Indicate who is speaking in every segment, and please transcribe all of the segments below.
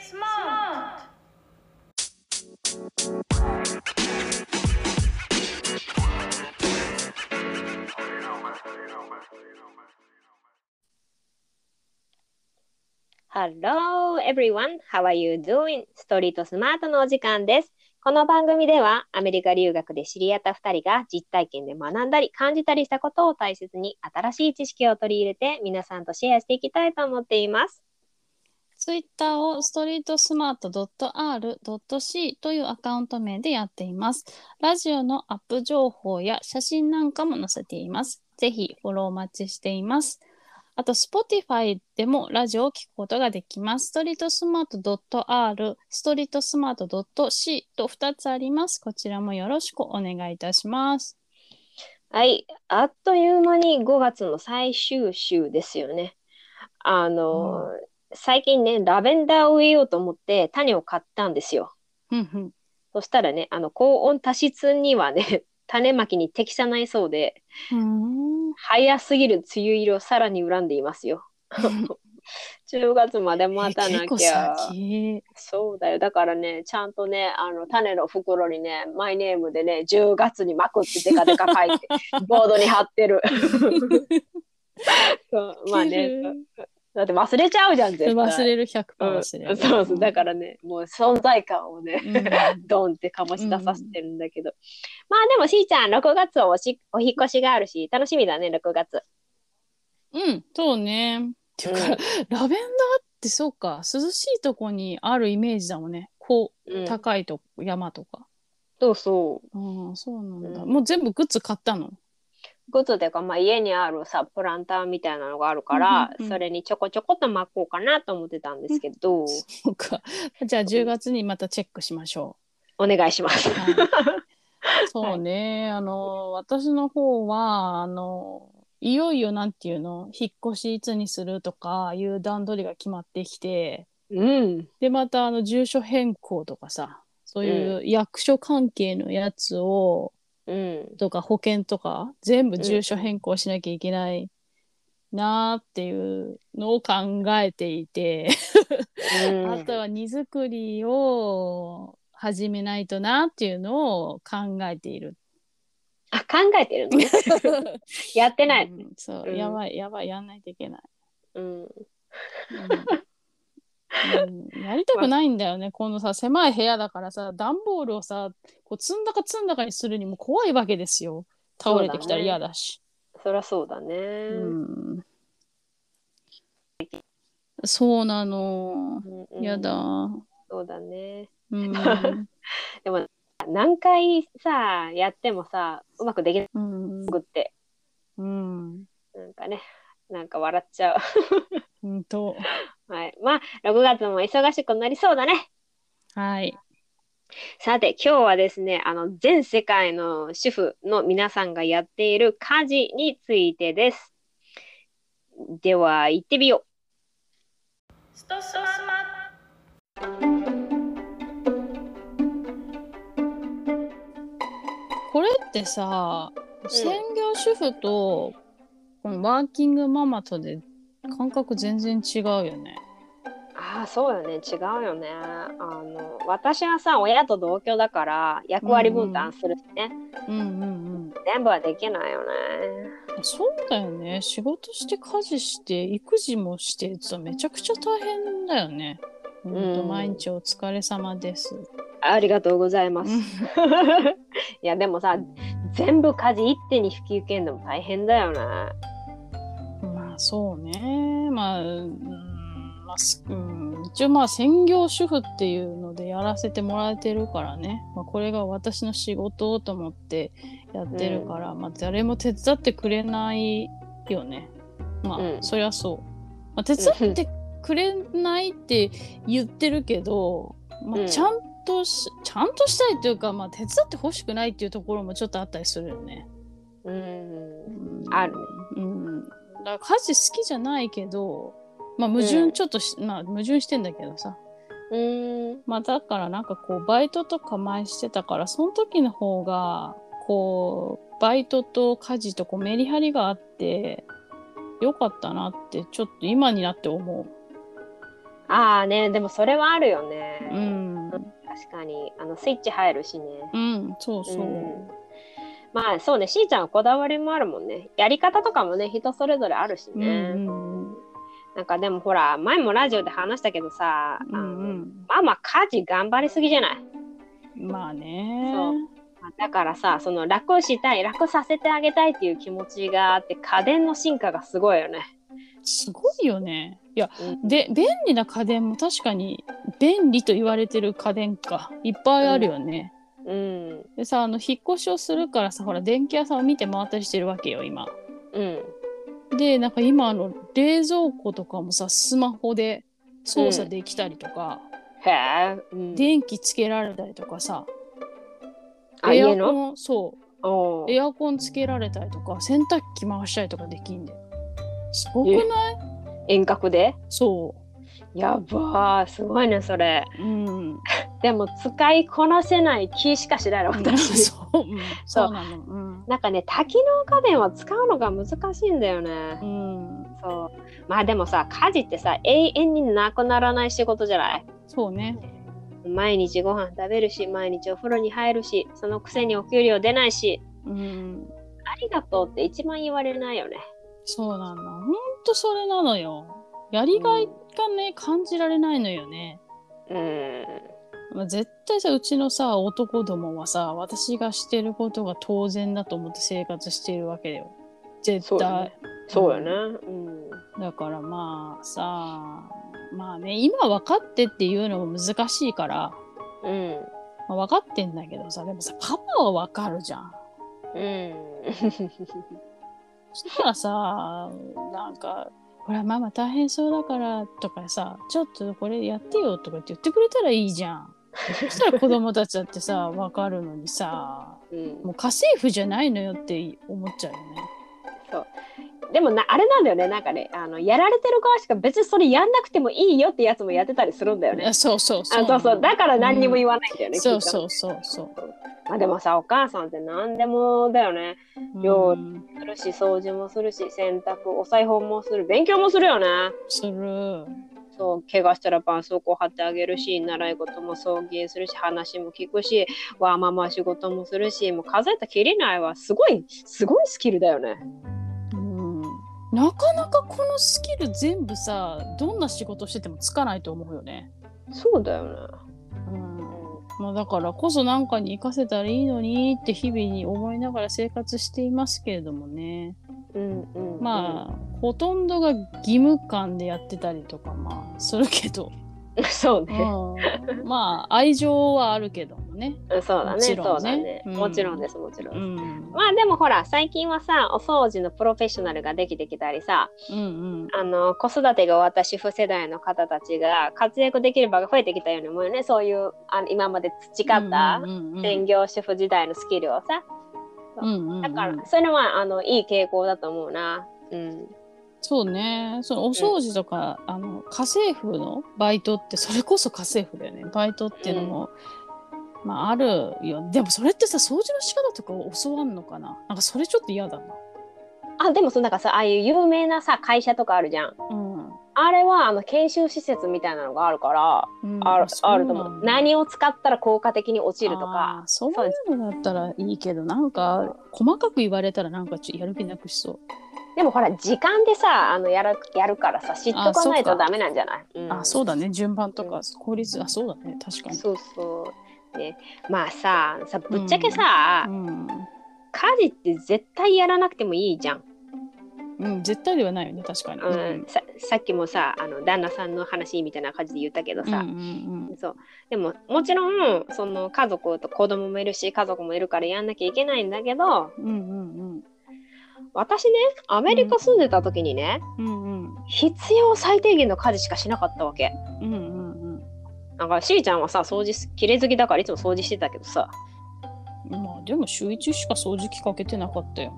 Speaker 1: smart.
Speaker 2: Hello everyone, how are you doing? ストリートスマートのお時間です。この番組ではアメリカ留学で知り合った2人が実体験で学んだり感じたりしたことを大切に新しい知識を取り入れて皆さんとシェアしていきたいと思っています。
Speaker 3: ツイッターをストリートスマート .r.c というアカウント名でやっています。ラジオのアップ情報や写真なんかも載せています。ぜひフォローお待ちしています。あと、Spotify でもラジオを聞くことができます。ストリートスマート .r、ストリートスマート .c と2つあります。こちらもよろしくお願いいたします。
Speaker 2: はい、あっという間に5月の最終週ですよね。あの、
Speaker 3: う
Speaker 2: 最近ね、ラベンダーを植えようと思って種を買ったんですよ。
Speaker 3: ふんふん。
Speaker 2: そしたらね、あの高温多湿にはね、種まきに適さないそうで、
Speaker 3: うーん。
Speaker 2: 早すぎる梅雨入りをさらに恨んでいます よ。10月まで待た
Speaker 3: え
Speaker 2: な
Speaker 3: 結構
Speaker 2: きゃ。
Speaker 3: 先。
Speaker 2: そうだよ。だからね、ちゃんとね、あの、種の袋にね、マイネームでね、10月に巻くってデカデカ書い て、ボードに貼ってる。そう まあ ね、だって忘れちゃうじゃん、絶対。
Speaker 3: 忘れる100%
Speaker 2: うん
Speaker 3: 忘れる。
Speaker 2: そうそう。だからね、もう存在感をね、
Speaker 3: うん
Speaker 2: ドンって醸し出させてるんだけど。まあでも、しーちゃん、6月はおしお引っ越しがあるし、楽しみだね、6月。
Speaker 3: うん、そうね。っていうか、
Speaker 2: うん
Speaker 3: ラベンダーってそうか、涼しいとこにあるイメージだもんね。こ
Speaker 2: う
Speaker 3: う、
Speaker 2: ん
Speaker 3: 高いとこ、山とか。
Speaker 2: そうそう。
Speaker 3: ああ、そうなんだ。
Speaker 2: うん
Speaker 3: もう全部グッズ買ったの。
Speaker 2: グッズっていうか、まあ、家にあるさ、プランターみたいなのがあるから、
Speaker 3: うんうんうん
Speaker 2: それにちょこちょこっと巻こうかなと思ってたんですけど、
Speaker 3: そうか。じゃあ10月にまたチェックしましょ
Speaker 2: お願いします
Speaker 3: う。。 はい、そうね。あの、私の方は、あの、いよいよなんていうの、引っ越しいつにするとかいう段取りが決まってきて、
Speaker 2: うん。
Speaker 3: でまたあの住所変更とかさそういう役所関係のやつを、
Speaker 2: うん。
Speaker 3: とか保険とか全部住所変更しなきゃいけないなーっていうのを考えていて、
Speaker 2: うん
Speaker 3: あとは荷造りを始めないとなっていうのを考えて いる。
Speaker 2: あ、考えてるのね。やってない。
Speaker 3: うんそう、
Speaker 2: うん
Speaker 3: やばいやばいやんないといけない。
Speaker 2: うん。
Speaker 3: うんうんやりたくないんだよね、このさ狭い部屋だからさ段ボールをさこう積んだか積んだかにするにも怖いわけですよ倒れてきたら嫌だし
Speaker 2: そりゃそうだね。
Speaker 3: う,、ん、そうなの
Speaker 2: うんうん
Speaker 3: 嫌だ、うん
Speaker 2: そうだね。
Speaker 3: うん
Speaker 2: でも、何回さ、やってもさ、うまくできな
Speaker 3: うん
Speaker 2: くって、
Speaker 3: うん
Speaker 2: なんかね、なんか笑っちゃう。
Speaker 3: ほんと
Speaker 2: はい。まあ、6月も忙しくなりそうだね。
Speaker 3: はい
Speaker 2: さて今日はですねあの全世界の主婦の皆さんがやっている家事についてですでは行ってみよ
Speaker 1: Sto smart.
Speaker 3: これってさ専業主婦とこのワーキングママとで感覚全然違うよね
Speaker 2: うああそうよね違うよねあの私はさ親と同居だから役割分担するしね、
Speaker 3: うんうんうん
Speaker 2: 全部はできないよね
Speaker 3: そうだよね仕事して家事して育児もしてってさめちゃくちゃ大変だよね。ほんと
Speaker 2: うん
Speaker 3: 毎日お疲れ様です。
Speaker 2: ありがとうございます、
Speaker 3: う
Speaker 2: いやでもさ全部家事一手に引き受けんのも大変だよね
Speaker 3: まあそうねまあ、うんまあすうん、一応まあ専業主婦っていうのでやらせてもらえてるからね、まあ、これが私の仕事と思ってやってるから、まあ誰も手伝ってくれないよねまあ、
Speaker 2: うん
Speaker 3: そりゃそう、まあ、手伝ってくれないって言ってるけど、ま
Speaker 2: う
Speaker 3: あ、
Speaker 2: ん
Speaker 3: ちゃんとしちゃんとしたいというか、まあ、手伝ってほしくないっていうところもちょっとあったりするよね。
Speaker 2: うん
Speaker 3: うん
Speaker 2: あるね。
Speaker 3: うん。だから家事好きじゃないけど、まあ矛
Speaker 2: う
Speaker 3: 盾
Speaker 2: ん
Speaker 3: ちょっとし、まあ矛盾してんだけどさ。
Speaker 2: うん
Speaker 3: まあだからなんかこうバイトとか前してたから、その時の方が、こう、バイトと家事とこうメリハリがあって、よかったなってちょっと今になって思う。
Speaker 2: あああね、でもそれはあるよね。
Speaker 3: うん、
Speaker 2: 確かに。あの、スイッチ入るしね。
Speaker 3: うん、そうそう。
Speaker 2: んまあそうね、しーちゃんはこだわりもあるもんね。やり方とかもね、人それぞれあるし
Speaker 3: うん、う
Speaker 2: ね。
Speaker 3: ん、
Speaker 2: なんかでもほら、前もラジオで話したけどさ、
Speaker 3: う
Speaker 2: あの
Speaker 3: ん、
Speaker 2: ママ家事頑張りすぎじゃない
Speaker 3: うん、まあね。
Speaker 2: そうだからさ、その楽をしたい、楽させてあげたいっていう気持ちがあって、家電の進化がすごいよね。
Speaker 3: すごいよね。いや、で、便利な家電も確かに便利と言われてる家電か、いっぱいあるよね。
Speaker 2: うん、
Speaker 3: でさ、あの引っ越しをするからさ、ほら電気屋さんを見て回ったりしてるわけよ今。
Speaker 2: うん、
Speaker 3: で、なんか今あの冷蔵庫とかもさ、スマホで操作できたりとか、
Speaker 2: へえ、うん、
Speaker 3: 電気つけられたりとかさ、
Speaker 2: あ、
Speaker 3: エ
Speaker 2: 家
Speaker 3: ア
Speaker 2: の
Speaker 3: コンそう
Speaker 2: おう
Speaker 3: エアコンつけられたりとか洗濯機回したりとかできんだよ。すごくない
Speaker 2: 遠隔で
Speaker 3: そ
Speaker 2: やばー、すごいね、それ。
Speaker 3: う。うん。
Speaker 2: でも使いこなせない気しかしないの、 私。
Speaker 3: そう、うんそうなの。うん
Speaker 2: なんかね、多機能家電は使うのが難しいんだよね。
Speaker 3: うん、
Speaker 2: そう。まあでもさ、家事ってさ、永遠になくならない仕事じゃない
Speaker 3: そうね。
Speaker 2: 毎日ご飯食べるし、毎日お風呂に入るし、そのくせにお給料出ないし、
Speaker 3: うん、
Speaker 2: ありがとうって一番言われないよね。
Speaker 3: そうなんだ。ほんとそれなのよ。やりがいがね、感じられないのよね。
Speaker 2: うん。
Speaker 3: まあ、絶対さ、うちのさ、男どもはさ、私がしてることが当然だと思って生活しているわけだよ。
Speaker 2: そ
Speaker 3: 絶
Speaker 2: うだ
Speaker 3: 対
Speaker 2: ね。そうよね。うん。
Speaker 3: だからまあさ、まあね、今分かってっていうのも難しいから、
Speaker 2: うん。
Speaker 3: まあ、分かってんだけどさ、でもさ、パパは分かるじゃん。
Speaker 2: うん。
Speaker 3: そしたらさ、なんか、ほら、ママ大変そうだからとかさ、ちょっとこれやってよとかって言ってくれたらいいじゃん。そしたら子供たちだっ てさ、わかるのにさ、
Speaker 2: うん
Speaker 3: もう家政婦じゃないのよって思っちゃうよね。
Speaker 2: そうでもなあれなんだよねなんかねあのやられてる側しか別にそれやんなくてもいいよってやつもやってたりするんだよね。
Speaker 3: あそうそうそう。
Speaker 2: あそうそうだから何にも
Speaker 3: わ
Speaker 2: 言わないんだよね。
Speaker 3: そう
Speaker 2: きっと
Speaker 3: そうそうそう。
Speaker 2: まあでもさお母さんって何でもだよね。
Speaker 3: うん
Speaker 2: よするし掃除もするし洗濯お裁縫もする勉強もするよね。
Speaker 3: する。
Speaker 2: そう怪我したら絆創膏貼ってあげるし習い事も送迎するし話も聞くしわーまま仕事もするしもう数えたきりないわすごいすごいスキルだよね。
Speaker 3: うん。なかなかこのスキル全部さ、どんな仕事しててもつかないと思うよね。
Speaker 2: そうだよね。
Speaker 3: うん。まあ、だからこそ何かに活かせたらいいのにって日々に思いながら生活していますけれどもね
Speaker 2: うんうんうん、
Speaker 3: まあ、ほとんどが義務感でやってたりとかまあするけど、
Speaker 2: そう
Speaker 3: う
Speaker 2: ね。
Speaker 3: ん、 まあ愛情はあるけどもね。
Speaker 2: うんそうだ
Speaker 3: も
Speaker 2: ね
Speaker 3: ち
Speaker 2: そ
Speaker 3: ろ
Speaker 2: うんだ
Speaker 3: ね
Speaker 2: ね、
Speaker 3: うん
Speaker 2: もちろんですもちろん
Speaker 3: う
Speaker 2: です、
Speaker 3: ん、
Speaker 2: まあでもほら最近はさお掃除のプロフェッショナルができてきたりさ
Speaker 3: うんうん
Speaker 2: あの子育てが終わった主婦世代の方たちが活躍できる場が増えてきたように思うよねそういうあの今まで培った
Speaker 3: うんうんうん
Speaker 2: 専業主婦時代のスキルをさ
Speaker 3: うんうんうん
Speaker 2: だからそれはあのいい傾向だと思うなうん
Speaker 3: そうねそのお掃除とか、あの家政婦のバイトってそれこそ家政婦だよねバイトっていうのも、まああるよでもそれってさ掃除の仕方とか教わんのかななんかそれちょっと嫌だな
Speaker 2: あでもそのなんかさああいう有名なさ会社とかあるじゃん
Speaker 3: うん
Speaker 2: あれはあの研修施設みたいなのがあるから
Speaker 3: うん
Speaker 2: ある
Speaker 3: そう
Speaker 2: あると思う何を使ったら効果的に落ちるとか
Speaker 3: あーそういうのだったらいいけどなんか細かく言われたらなんかちょっとやる気なくしそう、
Speaker 2: でもほら時間でさあのやるやるからさ知っとかない
Speaker 3: あそ
Speaker 2: と
Speaker 3: うか
Speaker 2: ダメなんじゃないうん
Speaker 3: あそうだね順番とか効率あそうだね確かに
Speaker 2: そうそうねまあささぶっちゃけさ、
Speaker 3: うん、
Speaker 2: 家事って絶対やらなくてもいいじゃん、
Speaker 3: うん、絶対ではないよね確かに、
Speaker 2: うんささっきもさあの旦那さんの話みたいな感じで言ったけど
Speaker 3: うんうんう
Speaker 2: さ、そ
Speaker 3: ん
Speaker 2: うでももちろんその家族と子供もいるし家族もいるからやんなきゃいけないんだけど
Speaker 3: うんうん
Speaker 2: 私ねアメリカ住んでた時にね、
Speaker 3: うんうん
Speaker 2: 必要最低限の家事しかしなかったわけ。
Speaker 3: うんうん
Speaker 2: なんかしーちゃんはさ掃除す綺麗好きだからいつも掃除してたけどさ
Speaker 3: うんまあでも週一しか掃除機かけてなかったよ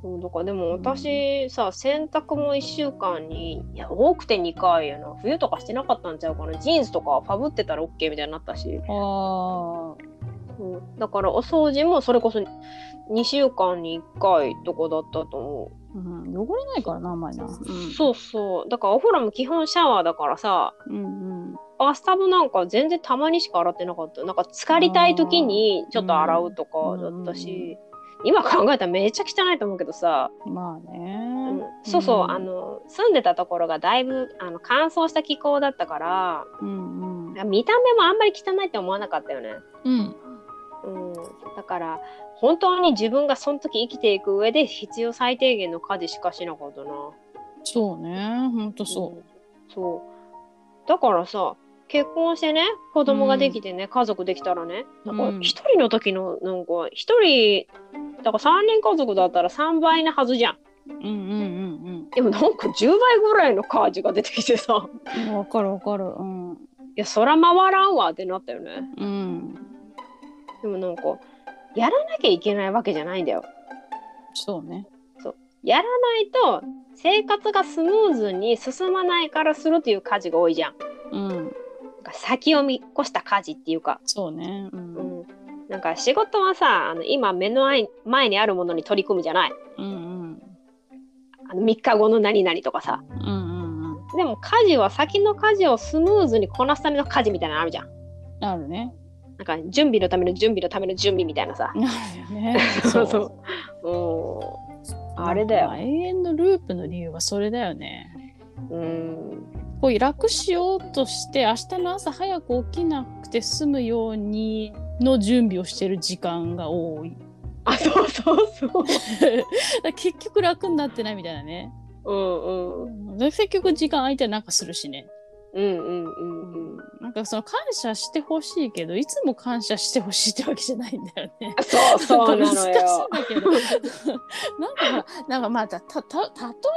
Speaker 2: そうだからでも私さ洗濯も1週間にいや多くて2回やな冬とかしてなかったんちゃうかなジーンズとかはパブってたら OK みたいになったし
Speaker 3: あー
Speaker 2: うんだからお掃除もそれこそ2週間に1回とかだったと思う、
Speaker 3: うん、汚れないからなあんまりな。うん
Speaker 2: そうそうだからお風呂も基本シャワーだからさ
Speaker 3: うんうん、
Speaker 2: バスタブなんか全然たまにしか洗ってなかったなんか浸かりたい時にちょっと洗うとかだったし、今考えたらめっちゃ汚いと思うけどさ、
Speaker 3: まあ
Speaker 2: う
Speaker 3: ね
Speaker 2: ん。そうそう、
Speaker 3: ん
Speaker 2: あ、の住んでたところがだいぶあの乾燥した気候だったから
Speaker 3: うんうん、
Speaker 2: 見た目もあんまり汚いって思わなかったよね。
Speaker 3: うん、
Speaker 2: うん、だから本当に自分がその時生きていく上で必要最低限の家事しかしなかったな。
Speaker 3: そうね、本当そ
Speaker 2: う
Speaker 3: う。
Speaker 2: んそうだからさ結婚してね子供ができてね、家族できたらねだから
Speaker 3: うん
Speaker 2: 一人の時のなんか一人だから3人家族だったら3倍なはずじゃん
Speaker 3: うんうんうん
Speaker 2: でもなんか10倍ぐらいの家事が出てきてさ
Speaker 3: うん。わかるわかる。うん、う
Speaker 2: いやそら回らんわってなったよね
Speaker 3: ん、
Speaker 2: でもなんかやらなきゃいけないわけじゃないんだよ
Speaker 3: そうね。
Speaker 2: やらないと生活がスムーズに進まないからするという家事が多いじゃん
Speaker 3: うん、
Speaker 2: なんか先を見越した家事っていうか
Speaker 3: そうね。うん、
Speaker 2: う
Speaker 3: うん、
Speaker 2: んなんか仕事はさあの今目の前前にあるものに取り組むじゃない
Speaker 3: うん、
Speaker 2: あの3日後の何々とかさ
Speaker 3: うん、うん、うん。
Speaker 2: でも家事は先の家事をスムーズにこなすための家事みたいなのあるじゃん
Speaker 3: あるね。
Speaker 2: なんか準備のための準備のための準備みたいなさ。
Speaker 3: あるよね
Speaker 2: そうそううんあれだよ
Speaker 3: 永遠のループの理由はそれだよね。
Speaker 2: うん
Speaker 3: こう楽しようとして明日の朝早く起きなくて済むようにの準備をしてる時間が多い
Speaker 2: あ そうそうそう
Speaker 3: 結局楽になってないみたいなね
Speaker 2: うんうん
Speaker 3: で結局時間空いたりなんかするしね、
Speaker 2: うんうんうんうん
Speaker 3: なんかその感謝してほしいけどいつも感謝してほしいってわけじゃないんだよね
Speaker 2: あそうそうなのよ
Speaker 3: 難しいんだけど なんかほらなんかまあたたた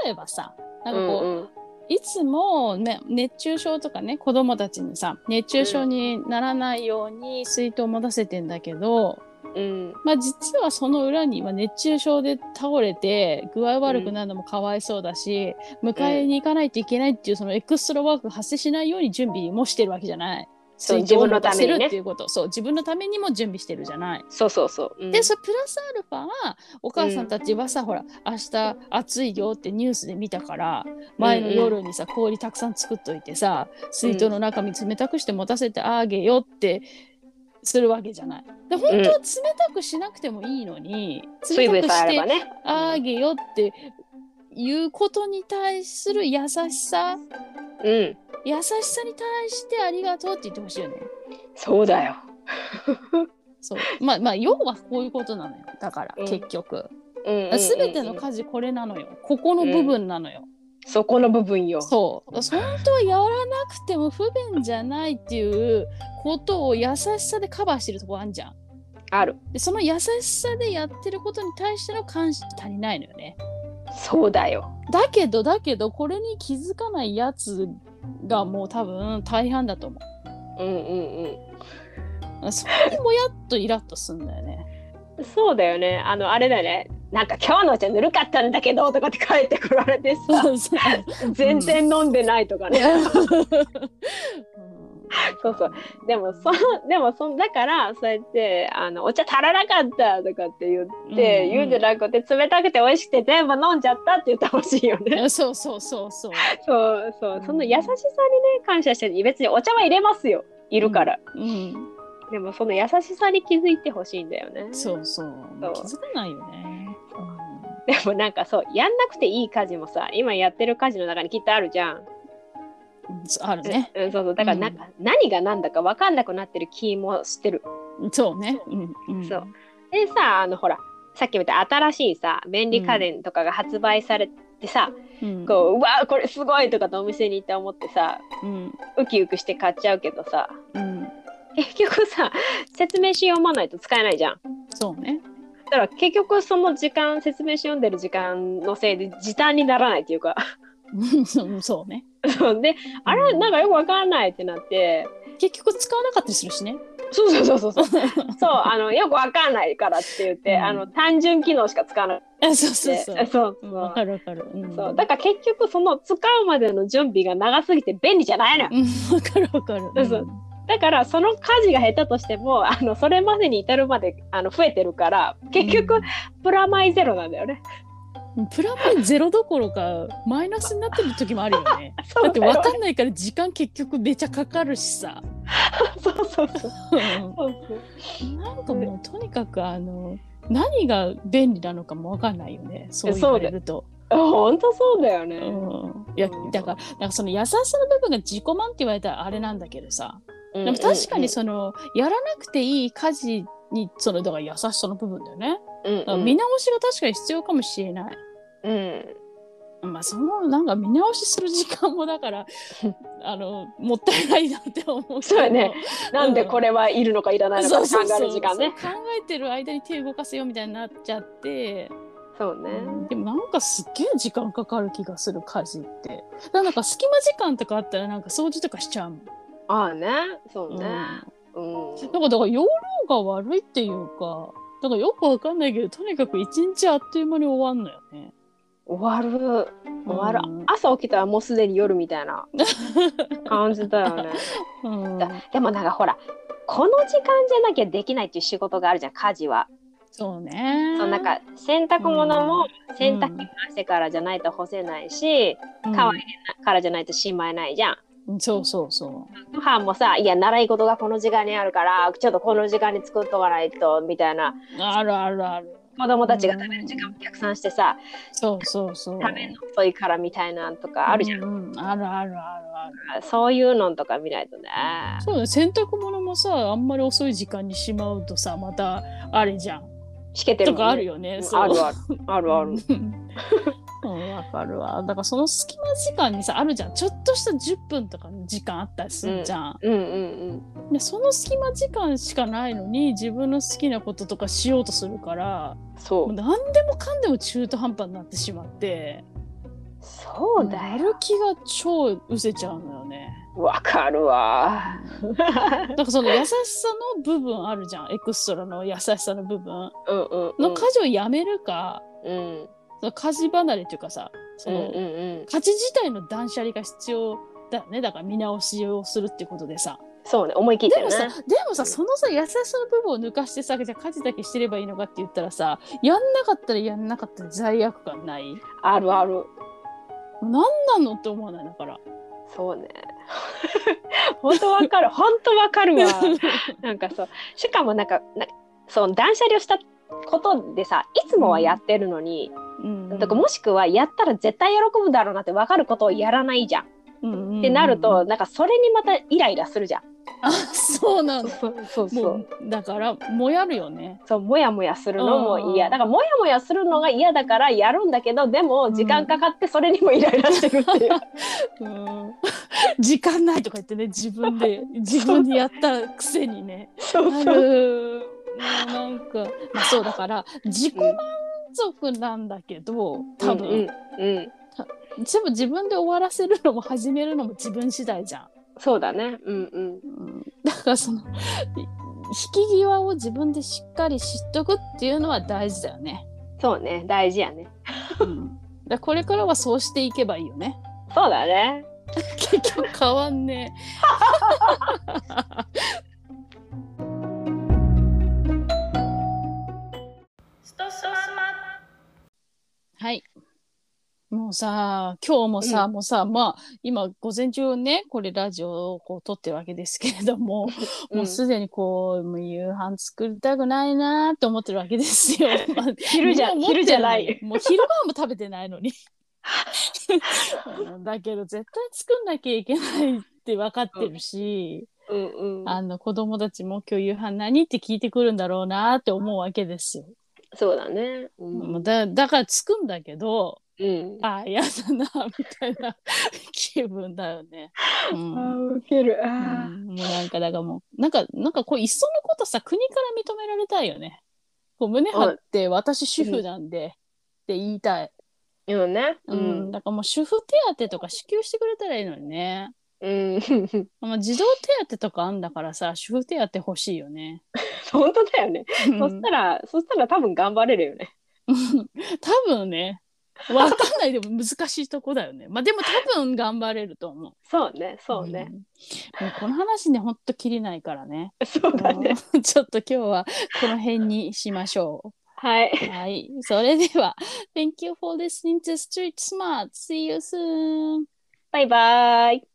Speaker 3: 例えばさなんかこう、
Speaker 2: うん
Speaker 3: いつも、ね、熱中症とかね子供たちにさ熱中症にならないように水筒を持たせてんだけど、
Speaker 2: うん
Speaker 3: まあ、実はその裏には熱中症で倒れて具合悪くなるのもかわいそうだし、迎えに行かないといけないっていうそのエクストラワークが発生しないように準備もしてるわけじゃない。
Speaker 2: そう
Speaker 3: 水筒を
Speaker 2: 自分のためにね
Speaker 3: 持たせるっていうことそう自分のためにも準備してるじゃない。
Speaker 2: そうそうそううん
Speaker 3: でそれプラスアルファはお母さんたちはさ、ほら明日暑いよってニュースで見たから前の夜にさ氷たくさん作っといてさ水筒の中身冷たくして持たせてあげよってするわけじゃない。で本当は冷たくしなくてもいいのに、
Speaker 2: 水
Speaker 3: 冷
Speaker 2: 分
Speaker 3: たく
Speaker 2: さえあ
Speaker 3: し
Speaker 2: れば
Speaker 3: て
Speaker 2: ね
Speaker 3: あげよっていうことに対する優しさ
Speaker 2: うん
Speaker 3: 優しさに対してありがとうって言ってほしいよね。
Speaker 2: そうだよ
Speaker 3: そうまあまあ要はこういうことなのよだから、
Speaker 2: うん
Speaker 3: 結局。
Speaker 2: うんうんうんうん
Speaker 3: 全ての家事これなのよここの部分なのよ、
Speaker 2: そこの部分よ。
Speaker 3: そう本当はやらなくても不便じゃないっていうことを優しさでカバーしてるとこあんじゃん
Speaker 2: ある。
Speaker 3: でその優しさでやってることに対しての感謝足りないのよね
Speaker 2: そうだよ。
Speaker 3: だけどだけどこれに気づかないやつがもう多分大半だと思
Speaker 2: うんうん
Speaker 3: うそこにもやっとイラッとすんだ よね
Speaker 2: うん。そうだよね。あのあれだよね。なんか今日のお茶ぬるかったんだけどとかって帰ってこられてさ、
Speaker 3: そうそう
Speaker 2: 全然飲んでないとかね。そうそう。でもそでもそだからそうやってあのお茶足らなかったとかって言って、
Speaker 3: うんうん
Speaker 2: 言うんじゃなくて冷たくて美味しくて全部飲んじゃったって言ってほしいよ
Speaker 3: い
Speaker 2: ね。
Speaker 3: やそうそうそうそう
Speaker 2: そうそう。その優しさにね感謝して別にお茶は入れますよ。いるから。
Speaker 3: うん
Speaker 2: でもその優しさに気づいてほしいんだよね。
Speaker 3: そうそう。
Speaker 2: そう
Speaker 3: 気づかないよね。
Speaker 2: でもなんかそうやんなくていい家事もさ今やってる家事の中にきっとあるじゃん、
Speaker 3: うんあるね。
Speaker 2: うん、そうそうだからなんか、何が何だか分かんなくなってる気もしてる
Speaker 3: そうね。うんうん、
Speaker 2: そうでさあのほらさっきも言った新しいさ便利家電とかが発売されてさ、
Speaker 3: うん。
Speaker 2: こううわーこれすごいとかとお店に行って思ってさ
Speaker 3: うん。
Speaker 2: ウキウキして買っちゃうけどさ
Speaker 3: うん。
Speaker 2: 結局さ説明書読まないと使えないじゃん
Speaker 3: そうね。
Speaker 2: だから結局その時間説明書読んでる時間のせいで時短にならないっていうか
Speaker 3: うんそうそうね。
Speaker 2: そうであれなんかよく分かんないってなって
Speaker 3: 結局使わなかったりするしね。
Speaker 2: そうそうそう そうそう。そうあのよくわかんないからって言って、
Speaker 3: うん
Speaker 2: あの単純機能しか使わなく
Speaker 3: あそう
Speaker 2: て、
Speaker 3: そ
Speaker 2: そ
Speaker 3: うそうう。
Speaker 2: そう
Speaker 3: うんわかるわかる。うん
Speaker 2: そうだから結局その使うまでの準備が長すぎて便利じゃないのよ。
Speaker 3: うんわかるわかる。
Speaker 2: そうそうだからその家事が減ったとしてもあのそれまでに至るまであの増えてるから結局、プラマイゼロなんだよね。
Speaker 3: うんプラマイゼロどころかマイナスになってる時もあるよね
Speaker 2: そう
Speaker 3: だって
Speaker 2: よね
Speaker 3: 分かんないから時間結局めちゃかかるしさ
Speaker 2: そうそうそう
Speaker 3: うん
Speaker 2: そうそう
Speaker 3: なんかもうとにかくあの何が便利なのかも分かんないよねそう言われると。
Speaker 2: 本当そうだよね。
Speaker 3: うんいやだからだからその優しさの部分が自己満って言われたらあれなんだけどさ、
Speaker 2: うん
Speaker 3: でも確かにそのやらなくていい家事にそのだから優しさの部分だよね。
Speaker 2: うん
Speaker 3: だから見直しが確かに必要かもしれない。
Speaker 2: うんうん
Speaker 3: まあそのなんか見直しする時間もだから あのもったいないなって思うけど。
Speaker 2: そうやねなんでこれはいるのかいらないのか
Speaker 3: そう
Speaker 2: 考
Speaker 3: そう
Speaker 2: え
Speaker 3: そう
Speaker 2: る時間ね。
Speaker 3: そう考えてる間に手動かせよみたいになっちゃって、
Speaker 2: そうね。
Speaker 3: でもなんかすっげえ時間かかる気がする家事ってだからなんか隙間時間とかあったらなんか掃除とかしちゃうもん、
Speaker 2: ああね。そう
Speaker 3: うん
Speaker 2: ね。うん。
Speaker 3: なんかだから容量が悪いっていうかだからよくわかんないけどとにかく一日あっという間に終わんのよね
Speaker 2: 終わる終わる、
Speaker 3: うん
Speaker 2: 朝起きたらもうすでに夜みたい な感じだよね。
Speaker 3: うん
Speaker 2: だでもなんかほらこの時間じゃなきゃできないっていう仕事があるじゃん家事は。
Speaker 3: そうね
Speaker 2: そのなんか洗濯物も洗
Speaker 3: う
Speaker 2: 濯
Speaker 3: ん
Speaker 2: 機回してからじゃないと干せないし、
Speaker 3: うん
Speaker 2: 川入れなからじゃないとしまえないじゃん。
Speaker 3: そうそうそ
Speaker 2: ご飯もさいや習い事がこの時間にあるからちょっとこの時間に作っとかないとみたいな
Speaker 3: うあるあるある
Speaker 2: 子供たちが食べる時間も逆算してさ、
Speaker 3: そうそうそう
Speaker 2: 食べるの遅いからみたいなんとかあるじゃん、
Speaker 3: ん、うんあるあるあるある
Speaker 2: そういうのとか見ないとね
Speaker 3: そうだね洗濯物もさあんまり遅い時間にしまうとさまたあれじゃん
Speaker 2: しけてるも
Speaker 3: と
Speaker 2: んね
Speaker 3: かあるよね。
Speaker 2: うん
Speaker 3: そう
Speaker 2: あるあるあるある
Speaker 3: うん、わかるわ。だからその隙間時間にさ、あるじゃん。ちょっとした10分とかの時間あったりするじゃん。
Speaker 2: うんうん
Speaker 3: で、その隙間時間しかないのに、自分の好きなこととかしようとするから、
Speaker 2: うん
Speaker 3: も
Speaker 2: そうう
Speaker 3: 何でもかんでも中途半端になってしまって、
Speaker 2: そうだ
Speaker 3: や
Speaker 2: よ
Speaker 3: る気が超失せちゃうのよね。
Speaker 2: わかるわ
Speaker 3: だからその優しさの部分あるじゃん。エクストラの優しさの部分
Speaker 2: うんうんうん
Speaker 3: の家事をやめるか、
Speaker 2: うん
Speaker 3: その家事離れというかさ、そ
Speaker 2: うん
Speaker 3: の、
Speaker 2: うんうん
Speaker 3: 価値自体の断捨離が必要だよねだから見直しをするってことでさ
Speaker 2: そうね思い切って
Speaker 3: で
Speaker 2: ね
Speaker 3: もさでもさそのさ優しさの部分を抜かしてさじゃあ家事だけしてればいいのかって言ったらさやんなかったらやんなかったら罪悪感ないも
Speaker 2: あるある
Speaker 3: う何なのって思わないだから
Speaker 2: そうね 本当わかる本当わかる わなんかそうしかもなんかなんかその断捨離をしたことでさいつもはやってるのに、
Speaker 3: うん
Speaker 2: とかもしくはやったら絶対喜ぶだろうなって分かることをやらないじゃん、ってなるとなんかそれにまたイライラするじゃん、
Speaker 3: あそうなの
Speaker 2: そうそう
Speaker 3: も
Speaker 2: そう
Speaker 3: うだからもやるよね
Speaker 2: そうモヤモヤするのも嫌
Speaker 3: うん
Speaker 2: だからモヤモヤするのが嫌だからやるんだけどでも時間かかってそれにもイライラしてるっていう、
Speaker 3: うん 時間ないとか言ってね自 分で自分でやったくせにね
Speaker 2: そう
Speaker 3: あ
Speaker 2: そう
Speaker 3: るもうなんか、まあ、そうだから自己満足なんだけど、多分、
Speaker 2: うんうんうん
Speaker 3: 多分自分で終わらせるのも始めるのも自分次第じゃん、
Speaker 2: そうだねうんうん
Speaker 3: だからそのい引き際を自分でしっかり知っとくっていうのは大事だよね、
Speaker 2: そうね大事やね
Speaker 3: うん、だからこれからはそうしていけばいいよ ね
Speaker 2: そうだね
Speaker 3: 結局変わんねえ
Speaker 1: ストスマ
Speaker 3: はい。もうさ、今日もさ、もうさ、まあ、今、午前中ね、これラジオをこう撮ってるわけですけれども、
Speaker 2: うん
Speaker 3: もうすでにこう、もう夕飯作りたくないなと思ってるわけで すよ。まあ
Speaker 2: 昼じゃ
Speaker 3: みん持って
Speaker 2: 昼じゃない。
Speaker 3: もう昼ご飯も食べてない のに。うんだけど、絶対作んなきゃいけないって分かってるし、
Speaker 2: うんうん
Speaker 3: あの、子供たちも今日夕飯何って聞いてくるんだろうなって思うわけですよ。
Speaker 2: そうだね。うん。
Speaker 3: もうだだから作んだけど、
Speaker 2: うん、
Speaker 3: あ嫌だなみたいな 気分だよね。うん
Speaker 2: あ、ウケる。
Speaker 3: う
Speaker 2: あー、
Speaker 3: ん、もうなんかだからもうなんかなんかこういっそのことさ国から認められたいよね。こう胸張って私主婦なんで、って言いたい。
Speaker 2: よね。
Speaker 3: う
Speaker 2: うんん。
Speaker 3: だからもう主婦手当とか支給してくれたらいいのにね。
Speaker 2: うん。
Speaker 3: まあ、児童手当とかあんだからさ主婦手当欲しいよね。
Speaker 2: 本当だよね。
Speaker 3: うん
Speaker 2: そしたら、そしたら多分頑張れるよね。
Speaker 3: 多分ねわかんないでも難しいとこだよね。まあでも多分頑張れると思う。
Speaker 2: そうね、そうね。
Speaker 3: うん。もうこの話ね、ほんときりないからね。
Speaker 2: そうだね。
Speaker 3: うん ちょっと今日はこの辺にしましょ
Speaker 2: はい。
Speaker 3: う。はい。それでは、Thank you for listening to Street Smart. See you soon.
Speaker 2: バイバイ。